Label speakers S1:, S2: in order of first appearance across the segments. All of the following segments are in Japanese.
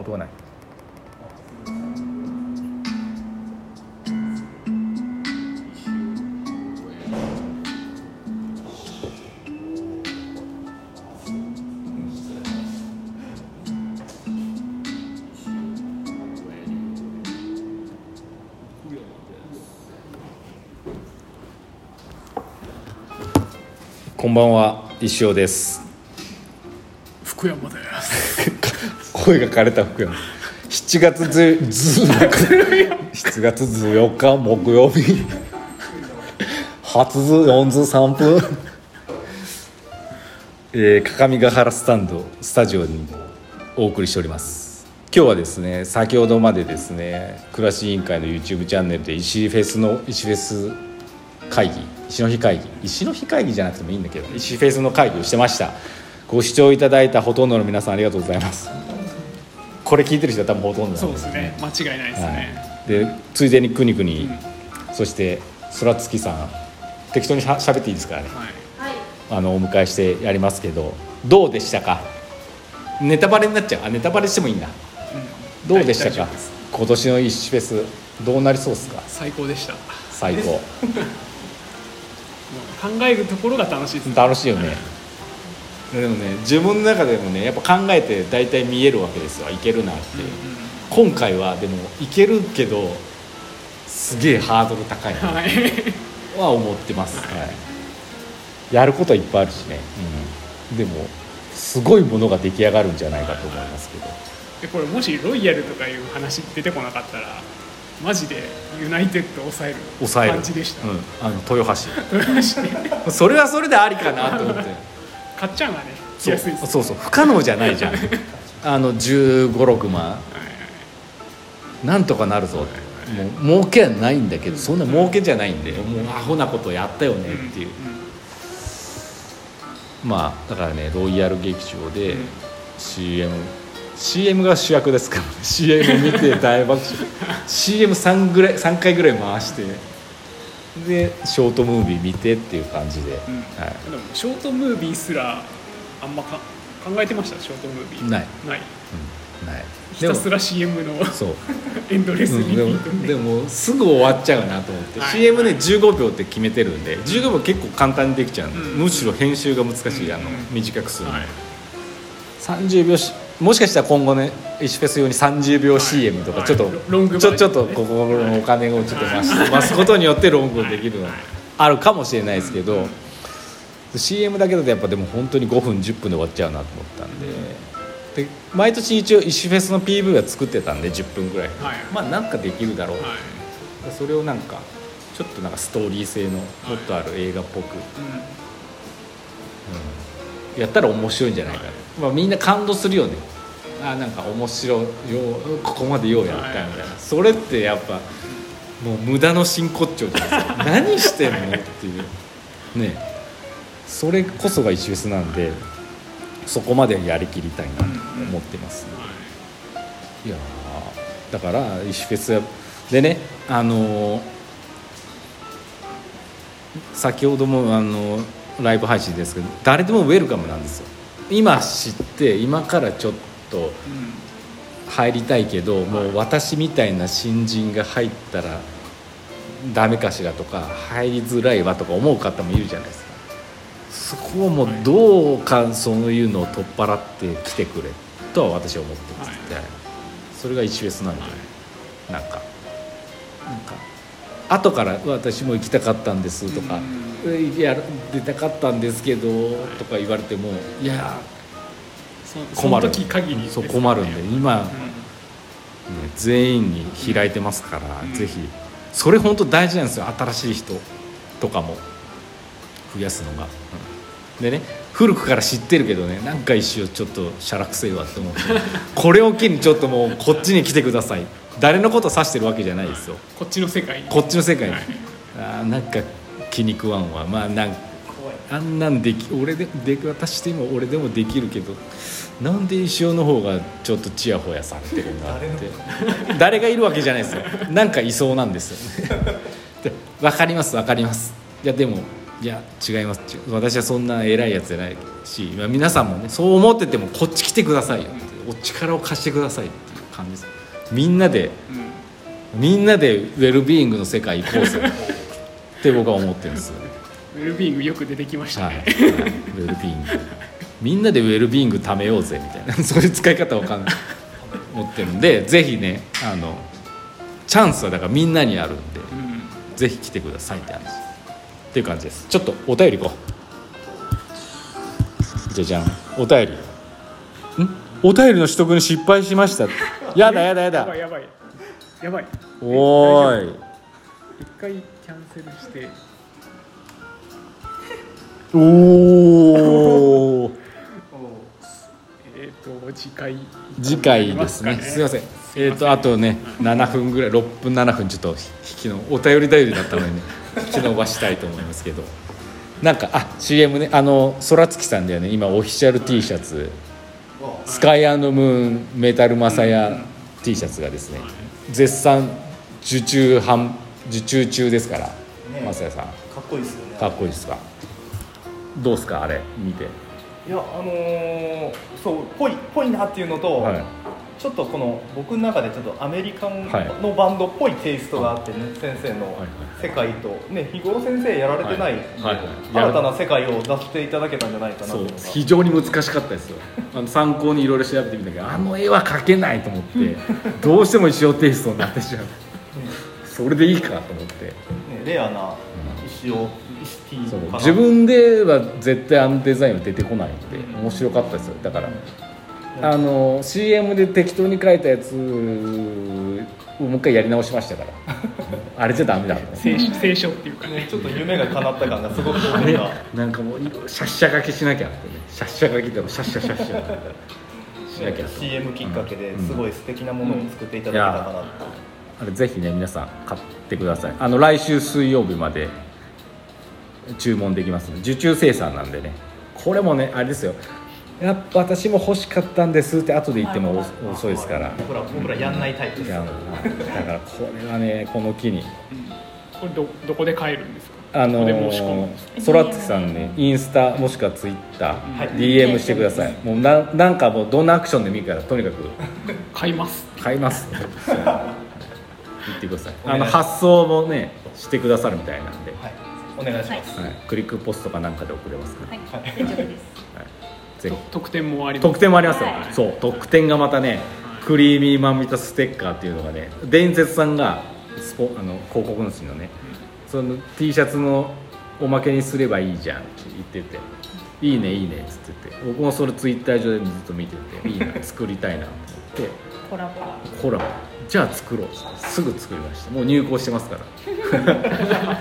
S1: 音がないこんばんは石尾です
S2: 福山です
S1: 声が枯れた福山7月ず ず7月14日木曜日初ず4ず3分 えー、各務原スタンドスタジオにもお送りしております今日はですね先ほどまでですね暮らし委員会の YouTube チャンネルで石フェスの石フェス会議石の日会議石の日会議じゃなくてもいいんだけど石フェスの会議をしてましたご視聴いただいたほとんどの皆さんありがとうございますこれ聞いてる人は多分ほとんど
S2: そ
S1: な
S2: うんですね間違いないですね、
S1: でついでにくにくに、そして空月さん適当にしゃ喋っていいですからね
S2: はい
S1: あのお迎えしてやりますけどどうでしたかネタバレになっちゃうあネタバレしてもいいんだ
S2: うん
S1: どうでした
S2: 大丈
S1: か
S2: 夫です
S1: 今年の一フェスどうなりそうですか
S2: 最高でしたも
S1: 最 高
S2: う考えるところが楽しいです
S1: 楽しいよねでもね自分の中でもねやっぱ考えて大体見えるわけですよいけるなっていう、今回はでもいけるけどすげえハードル高いな
S2: はい
S1: は思ってます、やることはいっぱいあるしね、でもすごいものが出来上がるんじゃないかと思いますけど、
S2: でこれもしロイヤルとかいう話出てこなかったらマジでユナイテッドを抑える
S1: 抑える
S2: 感じでした、
S1: うん、あの豊
S2: そして
S1: 橋 それはそれでありかなと思って
S2: かっちゃんがね来
S1: そう
S2: やすいです
S1: そうそう不可能じゃないじゃんあの1 5六6万なんとかなるぞもう儲けはないんだけどそんな儲けじゃないんでもうアホなことやったよねっていう、まあだからねロイヤル劇場で CMCM、CM が主役ですからね CM 見て大爆 笑 CM3 ぐらい3回ぐらい回してでショートムービー見てっていう感じで、
S2: うん
S1: はい
S2: でもショートムービーすらあんまか考えてましたショートムービー
S1: ない
S2: ない
S1: うんない
S2: ひ
S1: でも
S2: たすら CM の
S1: そう
S2: エンドレス
S1: うん
S2: リピ
S1: で
S2: ート
S1: もでもすぐ終わっちゃうなと思って、
S2: はい
S1: CM ね15秒って決めてるんで15秒結構簡単にできちゃうんで、
S2: うん
S1: むしろ編集が難しい、あの
S2: うん
S1: 短くするの、
S2: はい
S1: 30秒しもしかしたら今後ね石フェス用に30秒 CM とか
S2: はい
S1: ちょっと、
S2: ロロングバー
S1: ち
S2: ジョン
S1: ょ
S2: ね
S1: ちょっとここのお金をちょっと増す,、増すことによってロングできるの
S2: はいはい
S1: あるかもしれないですけど、CM だけだとやっぱでも本当に5分10分で終わっちゃうなと思ったんで。で毎年一応石フェスの PV は作ってたんで10分ぐらい、
S2: はい
S1: まあなんかできるだろう、
S2: はい
S1: それをなんかちょっとなんかストーリー性のもっとある映画っぽく
S2: うん
S1: やったら面白いんじゃないかな、まあ、みんな感動するよねあなんか面白いようここまでようやったみたいな、
S2: は
S1: それってやっぱもう無駄の真骨頂じゃないですか何してんのっていうねそれこそが一フェスなんでそこまでやりきりたいなと思ってますね、いやーだから石フェスやでねあのー先ほどもあのーライブ配信ですけど誰でもウェルカムなんですよ今知って今からちょっと入りたいけど、もう私みたいな新人が入ったらダメかしらとか入りづらいわとか思う方もいるじゃないですかそこをもうどうかそういうのを取っ払って来てくれとは私は思ってます、
S2: は
S1: はいそれが一フェスなんで、
S2: は
S1: なんかなんか後から「私も行きたかったんです」とか「いや出たかったんですけど」とか言われても「いや
S2: そそ
S1: 困
S2: の
S1: る」
S2: 時限りです
S1: そ
S2: ね、
S1: う困るんで今、
S2: う
S1: ね全員に開いてますから、
S2: うん
S1: ぜひそれ本当大事なんですよ新しい人とかも増やすのが、うんでね古くから知ってるけどねなんか一瞬ちょっとしゃらくせえわって思ってこれを機にちょっともうこっちに来てください誰のこと指してるわけじゃないですよ
S2: んこっちの世界に
S1: こっちの世界に、
S2: はい
S1: あーなんか気に食わんわまあなんあんなんでき俺でで私でも俺でもできるけどなんで石尾の方がちょっとちやほやされてるんだって誰がいるわけじゃないですよなんかいそうなんですよねで分かります分かりますいやでもいや違います違う私はそんな偉いやつじゃないし、まあ、皆さんもねそう思っててもこっち来てくださいよっていうお力を貸してくださいっていう感じですみんなでみんなでウェルビーイングの世界行こうぜ って僕は思ってるんですよ、
S2: うん、ウェルビーイングよく出てきまし
S1: は
S2: た
S1: い、
S2: ね、
S1: はいウェルビーイングみんなでウェルビーイング貯めようぜみたいな そういう使い方をかん思ってるんでぜひねあのチャンスはだからみんなにあるんで
S2: うん
S1: ぜひ来てくださいって話っていう感じですちょっとお便り行こうじゃじゃんお便りんお便りの取得に失敗しましたやだやだや
S2: や
S1: だ
S2: ばいやばいやばい
S1: おーい
S2: 一回キャンセルして
S1: おお
S2: えっ、と次回
S1: 次回ですね
S2: ますす
S1: いませんえっ、とあとね7分ぐらい6分7分ちょっと引きのお便り頼りだったのにね引き延ばしたいと思いますけどなんかあ CM ねあの空月さんだよね今オフィシャル T シャツスカイムーンメタルマサヤ T シャツがですね絶賛受注半受注中ですからマサヤさん
S3: かっこいいですよね
S1: かっこいいですかどうですかあれ見て
S3: いやあのーそうぽいぽいなっていうのと、
S1: はい
S3: ちょっとこの僕の中でちょっとアメリカン
S1: はい
S3: のバンドっぽいテイストがあってね、先生の
S1: はい
S3: 世界と、ね、日頃先生やられてない、
S1: はいはいはい
S3: 新たな世界を出していただけたんじゃないかなと
S1: そ
S3: 思
S1: う
S3: います
S1: 非常に難しかったです よあの参考にいろいろ調べてみたけどあの絵は描けないと思 ってどうしても一生テイストになってしまうそれでいいかと思って
S3: ね、レアな石を石 T
S1: そう
S3: かな
S1: 自分では絶対あのデザインは出てこないんで面白かったですよだからあの CM で適当に描いたやつをもう一回やり直しましたから あれじゃダメだと思って
S2: 聖書 聖書っていうかね
S3: ねちょっと夢が叶った感がすごく
S1: あれ
S3: 出てた
S1: なんかもういろいろシャッシャ書きしなきゃってねシャッシャ書きでもシャッシャシャッシ ャしなきゃと
S3: CM きっかけですごい素敵なものを作っていただけたかなと、
S1: あれぜひね皆さん買ってくださいあの来週水曜日まで注文できますので受注生産なんでねこれもねあれですよやっぱ私も欲しかったんですって後で言ってもお遅いですから
S3: 僕ら僕らやんないタイプで
S1: い
S3: す
S1: や
S3: よ
S1: もうだからこれはねこの機に
S2: これどどこで買えるんですか
S1: あ
S2: こ
S1: の
S2: こで申し込むんですか
S1: そらつきさんねインスタもしくはツイッタ
S3: はい
S1: ー DM してくださいもうななんかもうどんなアクションでもいいからとにかく
S2: 買います
S1: 買います言ってください
S3: お願
S1: あ
S3: い
S1: の発送もねしてくださるみたいなんで、は
S3: はいお願いします、
S1: い、クリックポストかなんかで送れますから、
S4: はい、大丈夫です。
S1: ぜひ
S2: 特典もあります
S1: 特典もありますよ、
S4: はい
S1: そう特典がまたねクリーミーマンミタステッカーっていうのがね伝説さんがスポあの広告主のねその T シャツのおまけにすればいいじゃんって言ってて「いいねいいね」っつってて僕もそれツイッター上でずっと見てて「 いいな作りたいな」って思って。
S4: コラボ。は
S1: ほらじゃあ作ろうっつってすぐ作りましたもう入稿してますから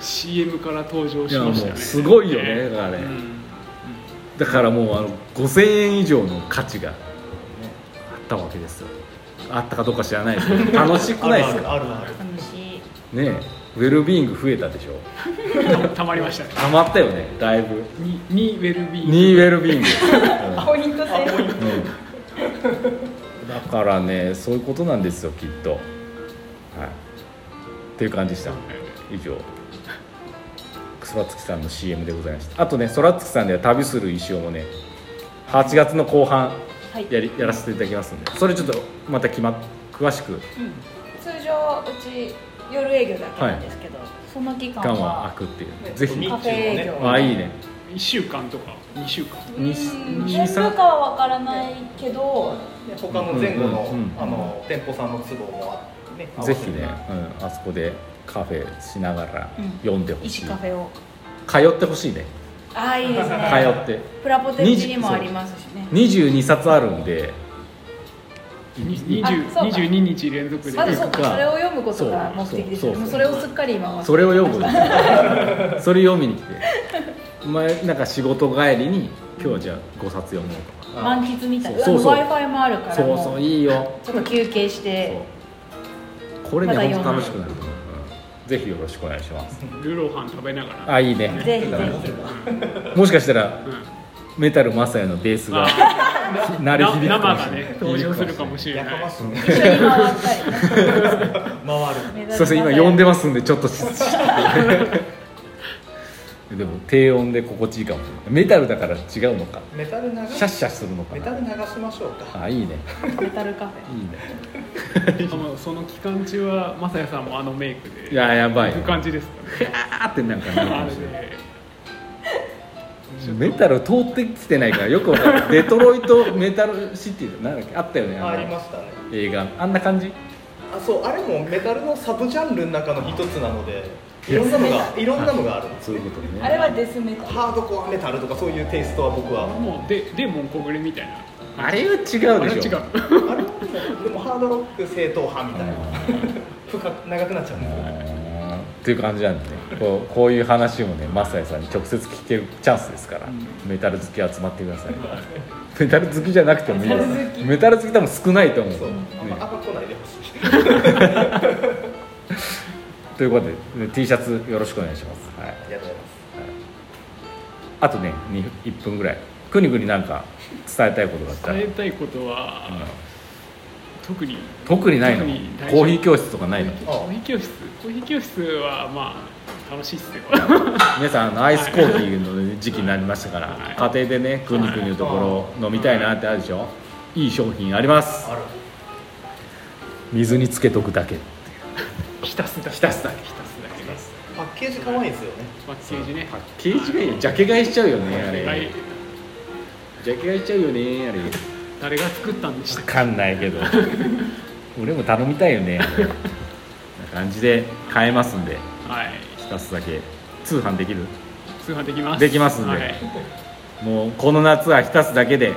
S2: CM から登場
S1: い
S2: し
S1: や
S2: ま
S1: も
S2: したね
S1: うすごいよねだから
S2: う
S1: ね
S2: ん
S1: だからもうあの5000円以上の価値があったわけですよあったかどうか知らないですけ ど楽しく
S3: あ
S1: ない
S3: る
S1: で
S3: あ
S1: す
S3: る
S1: か
S3: あるある
S4: 楽しい。
S1: ねえウェルビーイング増えたでしょ
S2: た たまりましたね
S1: たまったよねだいぶ
S2: ににウェルビーイング
S1: ニーウェルビーイング、
S4: ポイント
S1: うんう
S4: 制。
S1: んだからねそういうことなんですよきっとはいっていう感じでした以上空月さんの CM でございましたあとね空月さんでは旅する石をもね8月の後半
S4: はい
S1: やりやらせていただきますんでそれちょっとまた決まっ詳しく
S4: 通常うち夜営業だけなんですけど、その期間
S1: 間は
S4: は
S1: 開くっていうぜひ
S3: 日中
S4: カ
S3: も
S4: フェ営
S3: ね
S4: 業。
S1: あいいね
S2: 1週間とか2週間
S4: うん。
S1: に
S4: 週
S1: さ
S4: かはわからないけど、
S3: で他の前後の,、
S1: うんうんうん
S3: あの店舗さんの都合もあって、ね、合わせ
S1: ぜ
S3: て
S1: ひね、うん、あそこでカフェしながら
S4: うん
S1: 読んでほしい、
S4: 石カフェを。
S1: 通ってほしいね
S4: ああいいです
S1: 通
S4: ね。
S1: って
S4: プラポテうちにもありますしね。
S1: 22冊あるんで
S2: に
S4: あ
S2: 20
S4: そうか
S2: 22日連続で
S4: まずそう
S1: うん
S4: か、それを読むことが目的ですよ
S1: そうそうそう
S4: ね。もうそれをすっかり今は。
S1: それを読むこと それ読みに来てお前なんか仕事帰りに今日はじゃあ5冊読もうとか
S4: 満喫みたいな。
S1: そうそう
S4: Wi-Fi もあるから
S1: そ
S4: も
S1: う
S4: う。
S1: そういいよ
S4: ちょっと休憩し
S1: そ
S4: て。
S1: うこれね
S4: まだ
S1: 本
S4: 読ん
S1: 当
S4: ない
S1: 楽しくなると思う、うんぜひよろしくお願いします
S2: ルーローハン食べながら
S1: あいいね
S4: ぜひぜ
S1: もしかしたら
S2: うん
S1: メタルマサヤのベースが
S2: あ
S1: 鳴り響
S2: 生
S1: くかも
S2: が
S1: しれな
S2: ね
S1: い
S2: 登場するかもしれ
S3: やか
S2: ない
S3: ましいね
S4: ひ。一緒に回ったり。
S3: 回る
S1: すいません今呼んで
S4: ま
S1: ますんでちょっとしいでも低音で心地いいかもしれないメタルだから違うのか
S3: メタル流
S1: シャッ
S3: し
S1: シャするのか
S3: メタ
S1: な
S3: ル流しましょうか
S1: あいいね
S4: メタルカフ
S1: いいね
S2: あのその期間中は雅也さんもあのメイクで
S1: いややばい
S2: 行く感じですかね
S1: あーってなんかなるか
S2: あ
S1: も
S2: れ
S1: しれない
S2: で
S1: メタル通ってきてないからよくわかんないデトロイトメタルシティなんだっけあったよね
S3: あ
S1: の
S3: りましたね
S1: 映画あんな感じ
S3: あそうあれもメタルのサブジャンルの中の一つなので
S1: い
S3: い
S1: や
S3: ろんなのがいろんなのがあるんです
S1: そういうことね
S4: ェあれはデスメタル
S3: ハードコアメタルとかそういうテイストは僕は
S2: もうでデーモン小暮みたいな
S1: あれは違うでし
S2: あ
S1: ょ
S2: れ違う
S3: あれはでもハードロック正統派みたいな深く長くなっちゃうんですよ
S1: っていう感じなんでねこうこういう話をねマサヤさんに直接聞けるチャンスですから、
S2: うん
S1: メタル好き集まってくださいメタル好きじゃなくてもいいです
S4: メタル好き
S1: メタル好き多分少ないと思う
S3: そうあん
S1: ね
S3: まあんま来ないでほしい
S1: ということでね T シャツよろしくお願いします、はい、
S3: ありがとうございま
S1: あとねに1分ぐらいくにくになんか伝えたいことがあったら、
S2: 伝えたいことは、
S1: うん
S2: 特に
S1: 特にないの
S2: 特に大丈夫
S1: コーヒー教室とかないの
S2: コーヒー教室コーヒー教室はまあ楽しいっすよ
S1: 皆さんあのアイスコーヒーの時期になりましたから、
S2: はい
S1: 家庭でねくにくにのところ飲みたいなってあるでしょいい商品あります
S3: すある
S1: 水につけとくだけ
S2: 浸すだけ
S1: 浸すだけ
S2: 浸すだけです
S3: パッケージ可愛いですよね
S2: パッケージね
S1: パッケージがいいよジャケ買いしちゃうよねあ
S2: はい
S1: れジャケ買いしちゃうよねあれ
S2: 誰が作ったんでした
S1: 分
S2: っ
S1: かんないけど俺も頼みたいよねあれな感じで買えますんで
S2: けはい
S1: 浸すだけ通販できる
S2: 通販できます
S1: できますんで
S2: はい、
S1: もうこの夏は浸すだけで
S2: はい、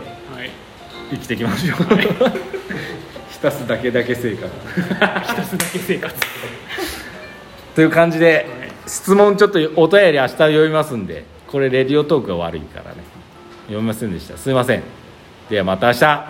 S1: 生きていきま しょう浸すだけだけ生活
S2: 浸すだけ生活
S1: という感じで
S2: はい
S1: 質問ちょっとお便り明日読みますんでこれレディオトークが悪いからね読みませんでしたすいませんではまた明日